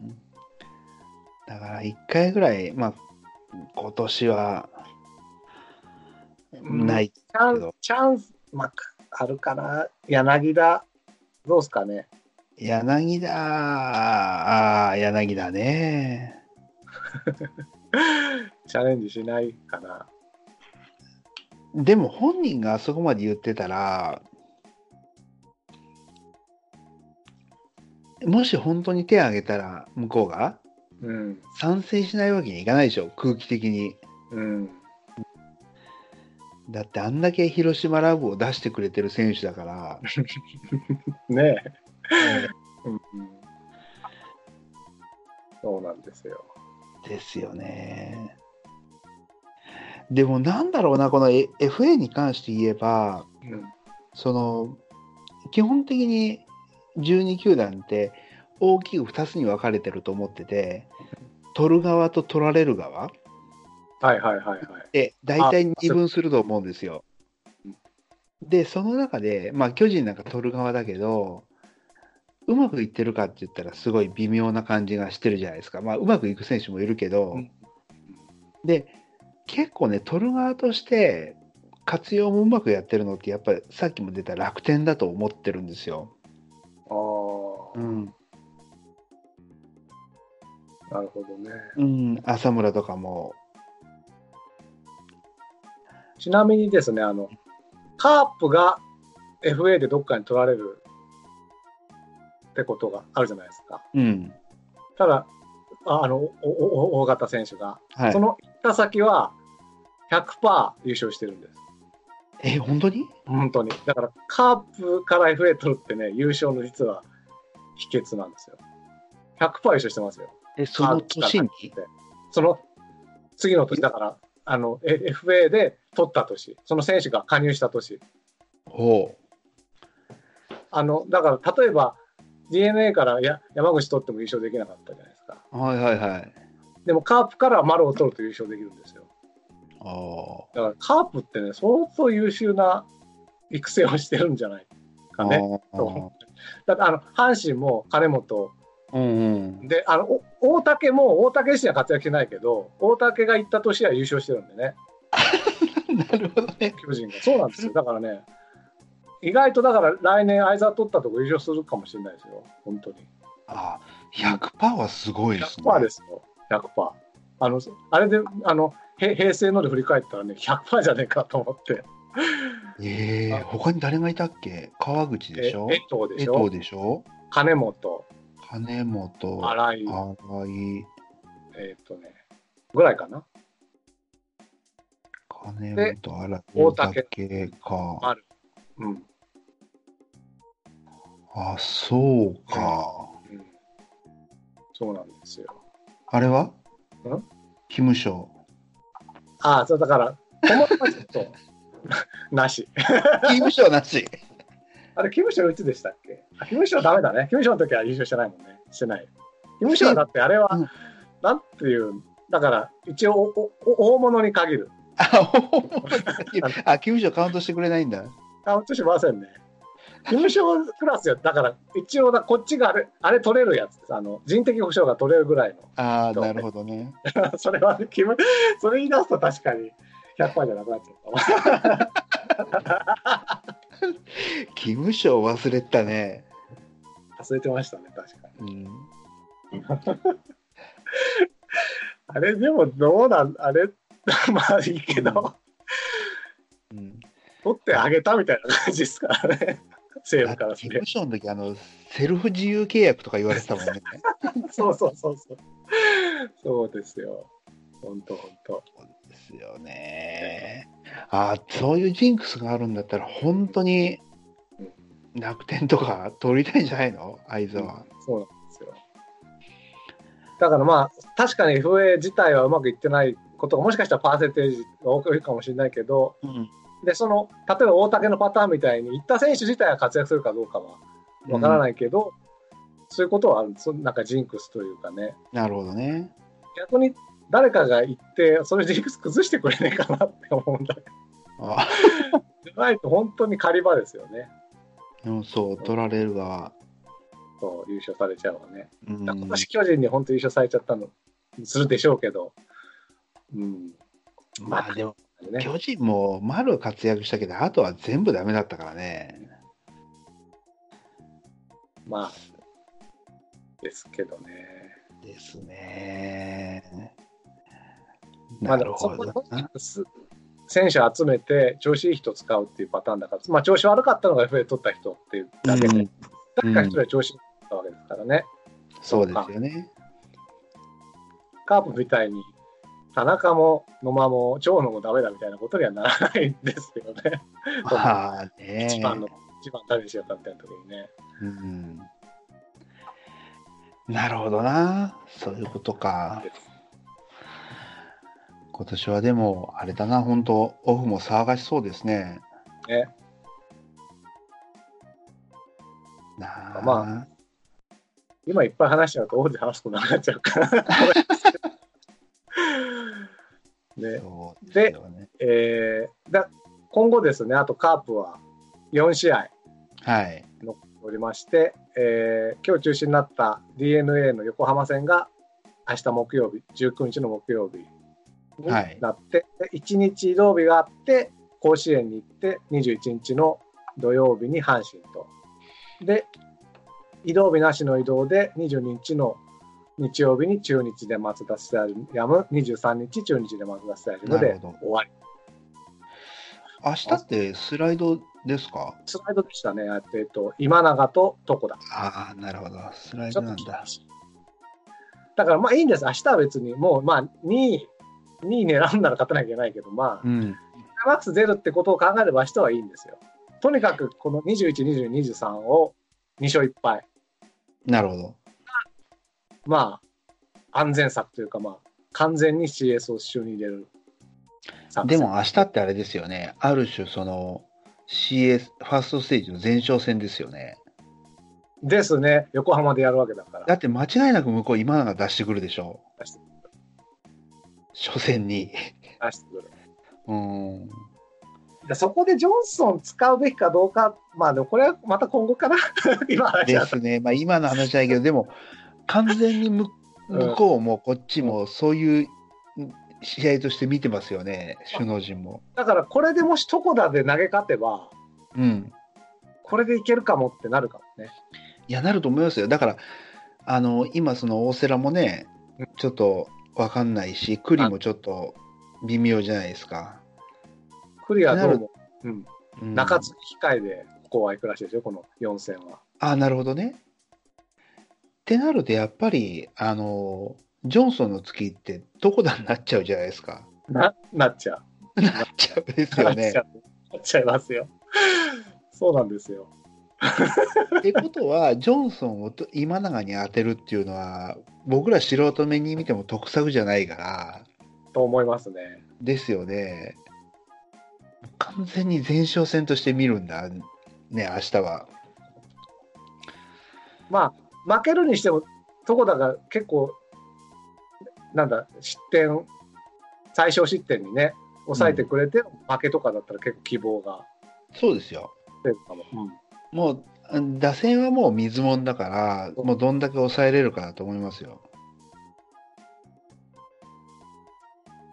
B: うん、だから1回ぐらい、まあ、今年は
A: うん
B: ない
A: チャンス、チャンス、まあ、あるかな。柳田、どうですかね。
B: 柳田、ああ、柳田ね。
A: チャレンジしないかな。
B: でも本人があそこまで言ってたら、もし本当に手を挙げたら、向こうが
A: うん。
B: 賛成しないわけにいかないでしょ、空気的に。
A: うん。
B: だってあんだけ広島ラブを出してくれてる選手だから、
A: ねえ。うんうんそうなんですよ。
B: ですよね。でもなんだろうな、この A- FA に関して言えば、
A: うん。
B: その基本的に12球団って大きく2つに分かれてると思ってて取る側と取られる
A: は
B: 側
A: いはいはいはい。
B: で大体二分すると思うんですよ
A: うん。
B: でその中で、まあ、巨人なんか取る側だけどうまくいってるかって言ったらすごい微妙な感じがしてるじゃないですか、まあ、うまくいく選手もいるけど、
A: うん
B: で結構ね取る側として活用もうまくやってるのってやっぱりさっきも出た楽天だと思ってるんですよ。
A: ああ、
B: ん
A: なるほどね。
B: うん、浅村とかも、
A: ちなみにですね、あの、カープが FA でどっかに取られるってことがあるじゃないですか。
B: うん
A: ただ、ああの、おおお大型選手が、
B: はい
A: そ、の行った先は100%優勝してるんです。
B: え本当に
A: 本当に。だから、カープから FA 取るってね、優勝の実は秘訣なんですよ。100%優勝してますよ。
B: えその年に
A: その次の年だから、あの、え FA で取った年、その選手が加入した年。
B: ほ
A: あの、だから例えば DNA からや山口取っても優勝できなかったじゃないですか。
B: うはいはいはい
A: でもカープから丸を取ると優勝できるんですよ。
B: あー
A: だからカープってね、相当優秀な育成をしてるんじゃないか
B: あ
A: ね。
B: ー
A: だってあの、阪神も金本
B: うんうん
A: で、あの、お大竹も大竹自身は活躍してないけど、大竹が行った年は優勝してるんでね。
B: なるほどね
A: 巨人が。そうなん
B: [laughs]
A: ですよ。だからね、意外とだから来年、相沢取ったとこ優勝するかもしれないですよ。本当に。
B: あー100%はすごいですね
A: 100%ですよ。100%。あの、あれで、あの、へ平成ので振り返ったらね、100%じゃねえかと思って。
B: ええ他に誰がいたっけ川口でしょ
A: え江藤で
B: 江
A: しょ。
B: 藤でしょ
A: 金本、
B: 金本
A: 荒井、
B: 荒井
A: えっ、とね、ぐらいかな。
B: 金本荒井
A: 大竹
B: か
A: 丸うん。
B: あそうか
A: うん、そうなんですよ。
B: あれは
A: ん
B: キムショウ
A: ああ、そうだから、このままちょっ [laughs] と、なし。
B: キムショウな [laughs] し
A: あれ、キムショウいつでしたっけあキムショウダメだね。キムショウの時は優勝してないもんね。してない。キムショウはだってあれは、
B: うん
A: なんていう、だから、一応おおお大物に限る。
B: あ、ほんまにあ、キムショウカウントしてくれないんだ。
A: カウントしませんね。優勝クラスやだから一応だこっちがあれあれ取れるやつですあの人的保障が取れるぐらい
B: ああ、なるほどね。
A: の [laughs] それは決めそれ言い出すと確かに100%じゃなくなっちゃうかも
B: キムショ忘れてたね。
A: 忘れてましたね確かに
B: うん。
A: あれでもどうなんあれ [laughs] まあいいけど、
B: うんうん、
A: 取ってあげたみたいな感じですから
B: [laughs]
A: ね政
B: あ
A: 府からす
B: キ
A: れば
B: ムショの時、あの、セルフ自由契約とか言われてたもんね。
A: そうそうそうそうそうですよ本当本当
B: そうですよね。あーそういうジンクスがあるんだったら、本当に楽天とか取りたいんじゃないの相沢。
A: そうなんですよ。だからまあ、確かに FA 自体はうまくいってないことが、もしかしたらパーセンテージが多いかもしれないけど、
B: うん。
A: で、その、例えば大竹のパターンみたいに、行った選手自体が活躍するかどうかはわからないけど、そういうことはあるそなんかジンクスというかね、
B: なるほどね。
A: 逆に誰かが行って、それジンクス崩してくれねえかなって思うんだけど、
B: あ
A: じゃないと本当に狩り場ですよね、
B: でもそう、取られる側。
A: そう優勝されちゃうわね。
B: うん
A: だから今年巨人に本当優勝されちゃったのするでしょうけど、うん、
B: まあでも、
A: ね、
B: 巨人も丸活躍したけど、あとは全部ダメだったからね。
A: まあ、ですけどね。
B: ですね。
A: まあ
B: なるほど
A: で
B: な
A: も。そこです選手集めて、調子いい人使うっていうパターンだから、まあ、調子悪かったのが FA 取った人っていうだけで、
B: うん
A: 誰か一人は調子いい人だったわけですからね。
B: そうですよね。
A: カープみたいに、田中も野間も長野もダメだみたいなことにはならないんですよ
B: [laughs]
A: ね。
B: まあね。
A: 一番の、一番誰にしようかみたいな時にね。
B: うんなるほどな。そういうことか。今年はでも、あれだな、本当オフも騒がしそうですね。
A: ね
B: なあ。
A: ま今いっぱい話しちゃうと、大手話すことなくなっちゃうから。 [laughs] ね、
B: そう
A: です
B: よね。
A: えーだ今後ですね、あとカープは4試合
B: はい。
A: 残っておりまして、えー今日中止になった d n a の横浜戦が明日木曜日、19日の木曜日にな
B: はい
A: って、で1日移動日があって、甲子園に行って、21日の土曜日に阪神と。で、移動日なしの移動で、22日の日曜日に中日で松田スタジアム、23日中日で松田スタジアム
B: な
A: で
B: るほど
A: 終わり。
B: 明日ってスライドですか
A: スライドでしたね。えっと、今永と床田。
B: ああ、なるほど。スライ
A: ちょ
B: ド
A: っ
B: な
A: と
B: んだ。
A: だからまあいいんです。明日は別に、もうまあ2位、2位狙うんなら勝たなきゃいけないけど、まあ、
B: うん。
A: クライマックス出るってことを考えれば明日はいいんですよ。とにかくこの21、20、23を2勝1敗。
B: なるほど。
A: まあ、安全策というか、まあ、完全に CS を主に入れる作
B: で
A: 戦。
B: も明日ってあれですよね。ある種、その CS、ファーストステージの前哨戦ですよね。
A: ですね。横浜でやるわけだから。
B: だって間違いなく向こう今永出してくるでしょ。
A: 出して
B: 初戦に。
A: 出してくる
B: うん。
A: でそこでジョンソン使うべきかどうか、まあでもこれはまた今後かな。 [laughs] 今話し
B: で
A: 合った [laughs]
B: すね。まあ今の話じゃないけど、でも完全に向
A: うん
B: 向こうもこっちもそういう試合として見てますよね。首脳陣も。
A: だからこれでもし床田で投げ勝てば、
B: うん。
A: これでいけるかもってなるかもね。
B: いや、なると思いますよ。だから、あの、今その大瀬良もね
A: うん、
B: ちょっとわかんないし、栗もちょっと微妙じゃないですか。
A: クリアどうも、うん、
B: うん
A: 中継ぎ控えでここはいくらしいですよ、この4戦は。
B: あなるほどね。ってなるとやっぱりあのジョンソンの月ってどこだになっちゃうじゃないで
A: [laughs]
B: すか。
A: ななっちゃう。
B: なっちゃうですよ
A: なっ
B: ね
A: ちゃ。うなっちゃいますよ。そうなんですよ。
B: ってことはジョンソンをと今永に当てるっていうのは僕ら素人目に見ても得策じゃないから
A: と思いますね。
B: ですよね。完全に前哨戦として見るんだね明日は。
A: まあ、負けるにしても、床田が結構、なんだ、失点、最小失点にね、抑えてくれて、負けとかだったら結構希望が
B: そうですよ。
A: 出るかも。うん
B: もう、うん打線はもう水もんだから、
A: そう
B: もうどんだけ抑えれるかだと思いますよ。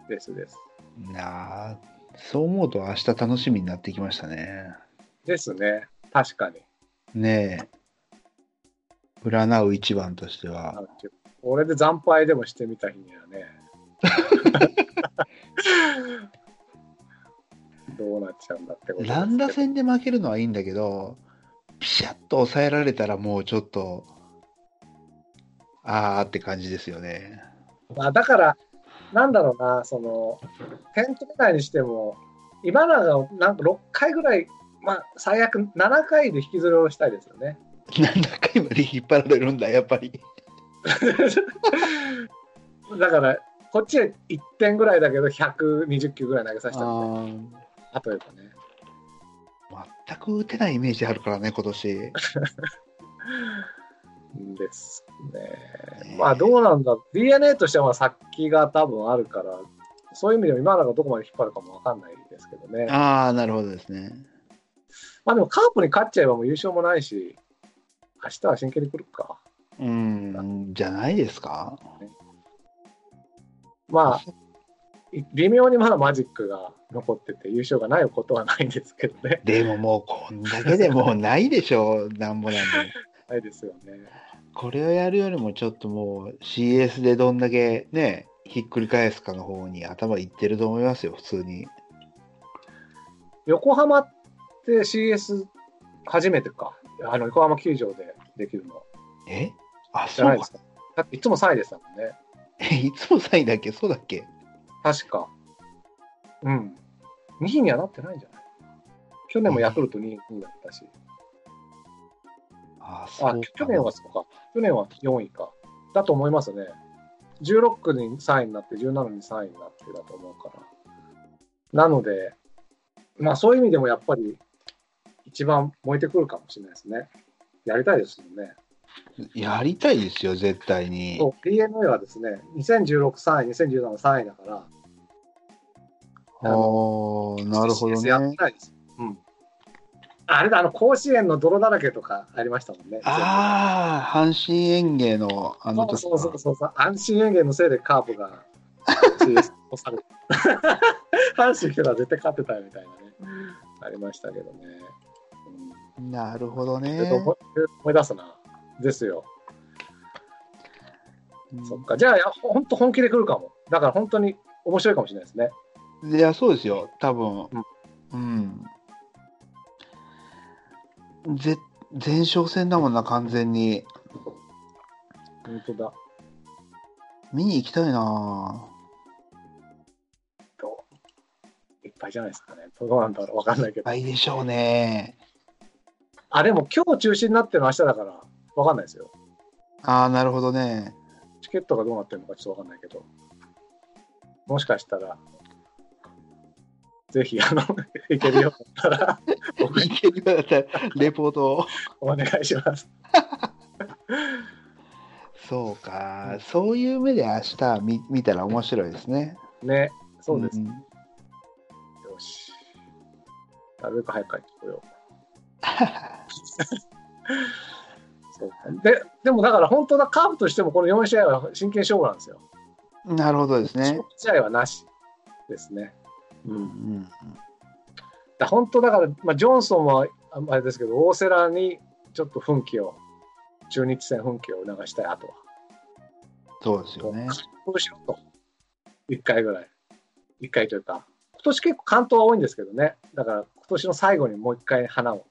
A: ですです。
B: なあ、そう思うと明日楽しみになってきましたね。
A: ですね。確かに。
B: ねえ。占う一番として
A: な
B: は。
A: んていうこれで惨敗でもしてみた日には [laughs] ね。どうなっちゃうんだってことですけど
B: 乱打戦で負けるのはいいんだけど、ピシャッと抑えられたらもうちょっと、あーって感じですよね。
A: まあ、だから、なんだろうな、その、点取れないにしても、今永をなんか6回ぐらい、まあ、最悪7回で引きずりをしたいですよね。
B: [laughs] 何だか今で引っ張られるんだ、やっぱり。
A: だから、こっちで1点ぐらいだけど、120球ぐらい投げさせたみ
B: あ
A: たいな、例えばね。
B: ー全く打てないイメージあるからね、今
A: [laughs]
B: 年。
A: ですね。まあ、どうなんだ、DNA としてはまあ先が多分あるから、そういう意味でも今永どこまで引っ張るかもわかんないですけどね。
B: ああ、なるほどですね。
A: まあ、でもカープに勝っちゃえばもう優勝もないし、明日は真剣に来るか。
B: うん、じゃないですか。
A: [laughs] まあ、い微妙にまだマジックが残ってて、優勝がないことはないんですけどね。 [laughs]
B: でももうこんだけでもう [laughs] ないでしょ、なんぼなんで。
A: ないですよね。
B: これをやるよりもちょっともう CS でどんだけね、ひっくり返すかの方に頭いってると思いますよ、普通に。
A: 横浜って CS 初めてか。あの、横浜球場でできるの。
B: えあ、
A: じゃない
B: そ
A: うで
B: か
A: す。か。だっていつも3位でしたもんね。
B: え、いつも3位だっけそうだっけ
A: 確か。うん。2位にはなってないんじゃない去年もヤクルト2位だったし。
B: あ、そう
A: あ
B: か、
A: 去年はそうか。去年は4位か。だと思いますね。16に3位になって、17に3位になってだと思うから。なので、まあそういう意味でもやっぱり一番燃えてくるかもしれないですね。やりたいですよね。
B: やりたいですよ、絶対に。
A: そう DNA はですね、2016、3位、2017、3位だから、
B: あーなるほど
A: CS やっ
B: ね。
A: たいです。うん。あれだ、あの甲子園の泥だらけとかありましたもんね。
B: ああ、阪神園芸のあの時か
A: そうそうそうそう、安心園芸のせいでカープが [laughs] CS をされた。 [laughs] 阪神来たら絶対勝ってたみたいなね、ありましたけどね。
B: なるほど
A: うん、
B: ね
A: ちょっ。と思い思い出すな。ですよ。そっか。じゃあ、いやほんと本気で来るかも。だから本当に面白いかもしれないですね。
B: いや、そうですよ、多分。うん。ぜ前哨戦だもんな、完全に。
A: 本当だ。
B: 見に行きたいな
A: どういっぱいじゃないですかね。どうなんだろう。わかんないけ
B: ぁ。
A: ど。
B: はいでしょうね。
A: あ、でも今日中止になってるのは明日だから、わかんないですよ。
B: ああ、なるほどね。
A: チケットがどうなってるのかちょっとわかんないけど、もしかしたら、ぜひ、あの、 [laughs] 行けるようだったら、僕
B: 行けるようだったらレポート
A: [laughs]
B: を。
A: お願いします。
B: そうか、そういう目で明日見見たら面白いですね。
A: ね、そうです。
B: ん
A: よし。なるべく早く帰ってこよう。そうで、でもだから本当だ、カーブとしてもこの4試合は真剣勝負なんですよ。
B: なるほどですね。
A: 試合はなしですね。う。
B: うんん、
A: だ本当だから、まあ、ジョンソンはああれですけど、大瀬良にちょっと奮起を、中日戦奮起を促したい、あとは。
B: そうですよね。
A: そうしろと。1回ぐらい。1回というか、今年結構関東は多いんですけどね。だから今年の最後にもう1回花を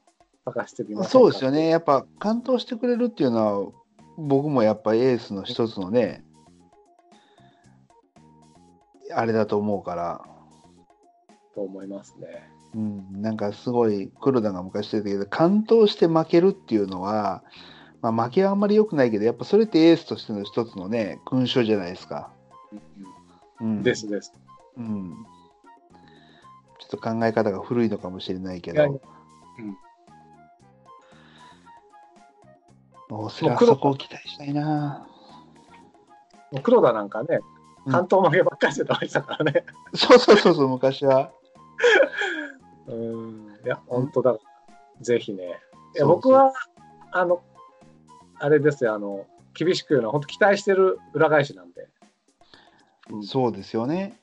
A: 咲かせてみませんか
B: そうですよね。やっぱ完投してくれるっていうのは、僕もやっぱエースの一つのね、あれだと思うから、
A: と思いますね。
B: うん、なんかすごい黒田が昔言ってたけど、完投して負けるっていうのは、まあ、負けはあんまり良くないけど、やっぱそれってエースとしての一つのね、勲章じゃないですか。うん、
A: ですです。
B: うん。ちょっと考え方が古いのかもしれないけ
A: いやい
B: ど
A: や。うん。
B: もうそ
A: もう黒
B: こを期待したいな。
A: もう黒田なんかね、
B: うん
A: 関東負けばっかりしてたましたからね。
B: そうそうそうそう、昔は。
A: うん。いや、本当だ。ぜひね、や僕は、あの、あれですよ、あの、厳しく言うのは、本当期待してる裏返しなんで、うん
B: そうですよね。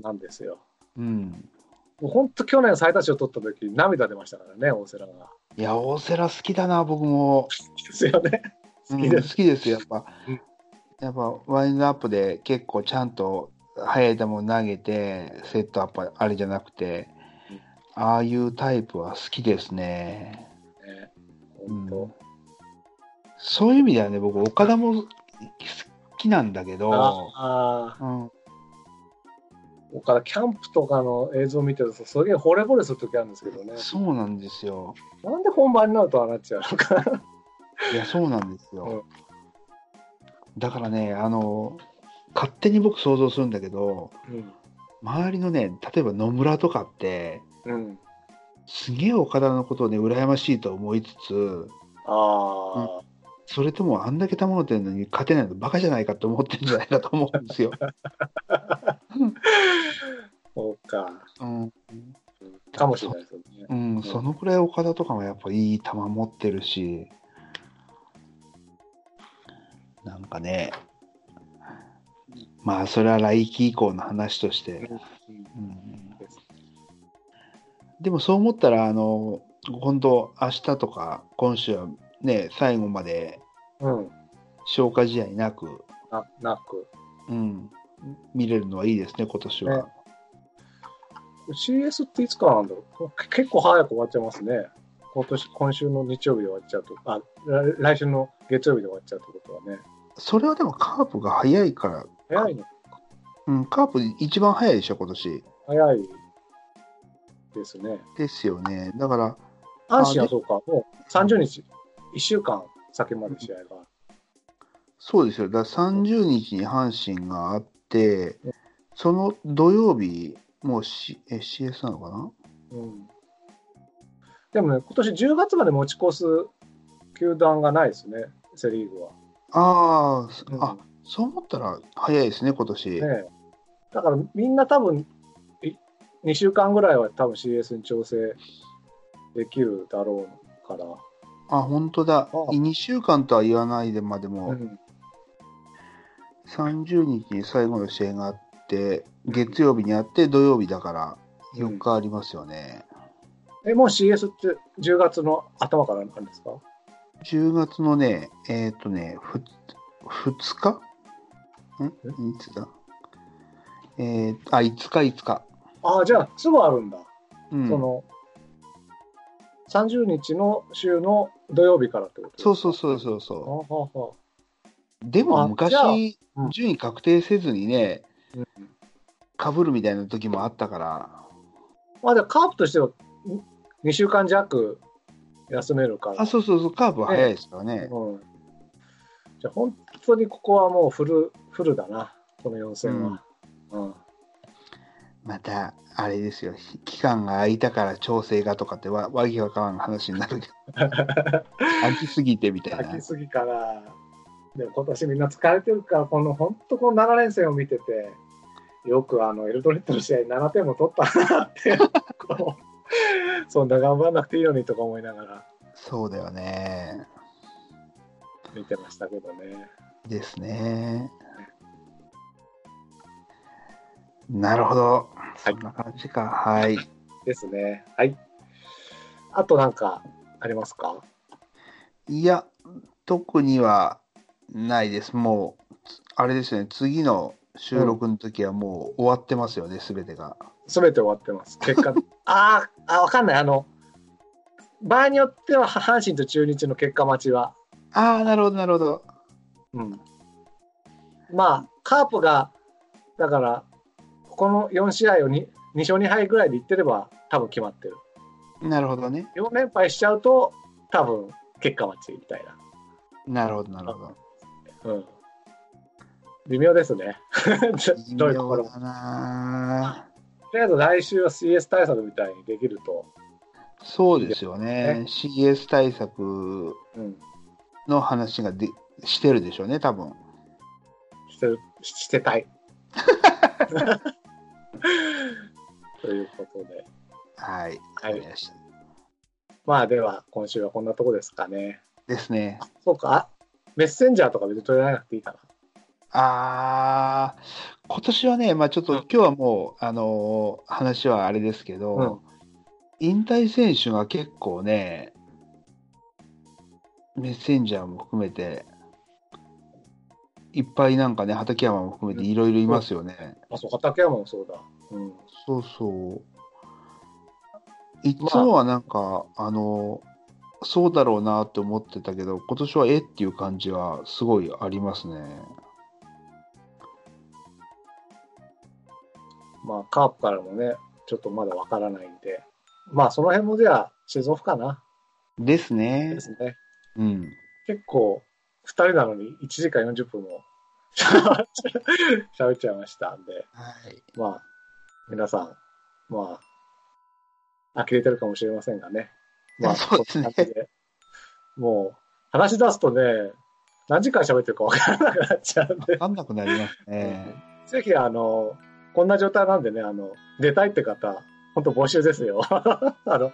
A: なんですよ。
B: うん。
A: もう本当、去年最多勝取った時涙出ましたからね、大瀬良が。
B: いや、大瀬良好きだな、僕も。
A: ですよね。好きで
B: うん、
A: す。
B: 好きですやっぱ
A: うん。
B: やっぱワインドアップで結構ちゃんと速い球を投げてセットアップあれじゃなくて
A: うん
B: ああいうタイプは好きですね、
A: ね
B: う
A: 本
B: ん
A: 当。、
B: そういう意味ではね僕岡田も好きなんだけど、
A: ああ、
B: うん、
A: 岡田、キャンプとかの映像見てると、すげえ惚れ惚れする時あるんですけどね。
B: そうなんですよ
A: なんで本番になるとああなっちゃうのか。
B: いやそうなんですよ、だからねあの勝手に僕想像するんだけど
A: うん。
B: 周りのね例えば野村とかって
A: うん。
B: すげえ岡田のことをね羨ましいと思いつつ
A: ああ、
B: それともあんだけ球持ってるのに勝てないのバカじゃないかと思ってるんじゃないかと思うんです [laughs] よ。
A: そうか。
B: うん
A: うんかもしれないですよね。
B: うん、そのくらい岡田とかもやっぱいい球持ってるしなんかねまあそれは来季以降の話として、
A: うん
B: うん、でもそう思ったらあの本当明日とか今週はね最後まで
A: うん。
B: 消化試合なく、
A: ななく。
B: うん、見れるのはいいですね今年は。
A: ね CS っていつからなんだろうけ結構早く終わっちゃいますね。今年、今週の日曜日で終わっちゃうと。あ、来来週の月曜日で終わっちゃうってことはね。
B: それはでもカープが早いから、
A: 早いの
B: うん、カープ一番早いでしょ、今年。
A: 早いですね。
B: ですよね。だから、
A: 阪神はそうか、もう30日、1週間先まで試合がある。
B: そうですよ。だから30日に阪神があって、その土曜日、もう、C、え CS なのかな
A: うん、でもね、今年10月まで持ち越す球団がないですね、セ・リーグは。
B: あー、そ
A: うん
B: あ、そう思ったら早いですね、今年。
A: ねえだからみんな多分い2週間ぐらいは多分 CS に調整できるだろうから、
B: あ、本当だ。
A: あ
B: 2週間とは言わないでまでも、
A: うん
B: 30日に最後の試合があって、月曜日にあって、土曜日だから、4日ありますよね。
A: えもう CS って10月の頭からなんですか
B: 10月のね、えっ、とね、ふ2日んいつだえー、あ、5日、5日。
A: ああじゃあすぐあるんだ、
B: うん、
A: その30日の週の土曜日からってこと
B: そうそうそうそうそ
A: あはは
B: う。でも
A: あじ
B: 昔
A: あう、ん
B: 順位確定せずにね、
A: うん
B: かぶるみたいな時もあったから、
A: まあでもカープとしては2週間弱休めるから
B: あ、そうそうそう、カーブは早いですからね。
A: うんじゃあ本当にここはもうフルフルだな、この4戦は。うん
B: また、あれですよ、ひ期間が空いたから調整がとかってわ、わけわからん話になるけど、
A: [laughs]
B: 空きすぎてみたい
A: 飽
B: な
A: き。すぎかな。でも今年みんな疲れてるから、この本当この7連戦を見てて、よくあのエルドレッドの試合7点も取ったなって、 [laughs] こうそんな頑張らなくていいのにとか思いながら
B: そうだよね。
A: 見てましたけどね。
B: ですね。なるほど。そんな感じか。はい。
A: ですね。はい。あとなんかありますか
B: いや、特にはないです。もう、つあれですよね。次の収録の時はもう終わってますよね、すべてが。
A: すべて終わってます。結 [laughs] 果、あーあ、わかんない。あの、場合によっては阪神と中日の結果待ちは、
B: ああ、なるほど、なるほど。
A: うん。まあ、カープが、だから、ここの4試合を 2, 2勝2敗ぐらいでいってれば、多分決まってる。
B: なるほどね。
A: 4連敗しちゃうと、多分結果待ちみたいな。
B: なるほど、なるほど。
A: うん。微妙ですね。 [laughs]
B: 微
A: どういうとこ
B: 妙
A: ろも
B: だなー。
A: とりあえず来週は CS 対策みたいにできると、
B: そうですよね。CS 対策
A: うん、
B: の話がでしてるでしょうね、多分。
A: してるししてた [laughs] い。ということで。は
B: はい。
A: い
B: わかりました
A: まあでは、今週はこんなとこですかね。
B: ですね。
A: そうか、あメッセンジャーとか別に取れなくていいかな。
B: ああ、今年はね、まあちょっと今日はもう、あのー話はあれですけど、
A: うん
B: 引退選手が結構ね、メッセンジャーも含めて、いっぱいなんかね、畠山も含めていろいろいますよね。
A: あ、そうか、竹山もそうだ。うん。
B: そうそう。いつもはなんか、あのーそうだろうなって思ってたけど、今年はえっていう感じはすごいありますね。
A: まあ、カープからもね、ちょっとまだわからないんで。まあ、その辺もじゃあ、シーズンオフかな。
B: ですね。
A: ですね。
B: うん。
A: 結構、2人なのに1時間40分も [laughs] 喋っちゃいましたんで、
B: はい。
A: まあ、皆さん、まあ、呆れてるかもしれませんがね。まあ、
B: [laughs] そうですね
A: こんな感じでもう、話し出すとね、何時間喋ってるか分からなくなっちゃうん
B: わ
A: で、 [laughs]
B: かんなくなりますね。
A: ぜひ、あの、こんな状態なんでね、あの、出たいって方、本当募集ですよ。 [laughs] あの、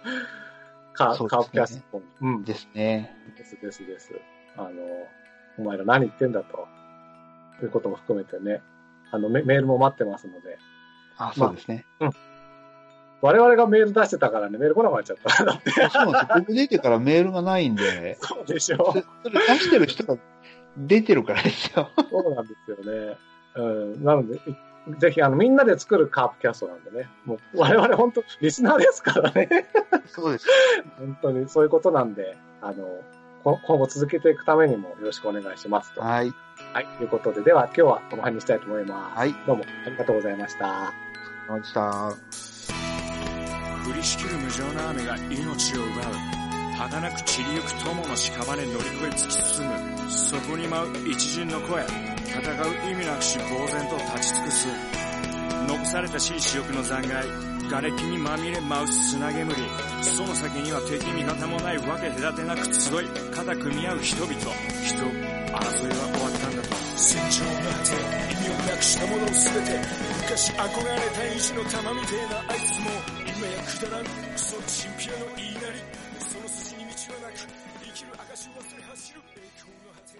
A: カ
B: そうです
A: カ
B: ね
A: ープキャスト。うん。
B: ですね。
A: ですですです。あの、お前ら何言ってんだと、ということも含めてね、あのメメールも待ってますので、
B: あ、そうですね。
A: 我々がメール出してたからね、メール来なくなっちゃ [laughs] った。だって
B: そうなんですよ僕出てからメールがないんで、
A: そうでし
B: そ
A: ょ
B: れ。それ出してる人が出てるからですよ。
A: そうなんですよね。うん、なので、いぜひあのみんなで作るカープキャストなんでね、もう我々本当、リスナーですからね、 [laughs]
B: そうです。
A: 本当にそういうことなんで、あの、こ今後続けていくためにもよろしくお願いしますと。は
B: はい。
A: い、ということで、では今日はこの辺にしたいと思います。
B: はい。
A: どうもありがとうございました。
B: お疲れ様でした。
C: 降りしきる無情な雨が命を奪う儚く散りゆく友の屍乗り越え突き進むそこに舞う一陣の声戦う意味なくし呆然と立ち尽くす残されたしい死翼の残骸瓦礫にまみれ舞う砂煙その先には敵味方もないわけ隔てなく集い肩組み合う人々人争いは終わったんだと戦場の果て意味をなくしたものすべて昔憧れた意地の玉みてえなあいつも今やくだらんそのチンピラの言いなりその筋に道はなく生きる証を忘れ走る栄光の果て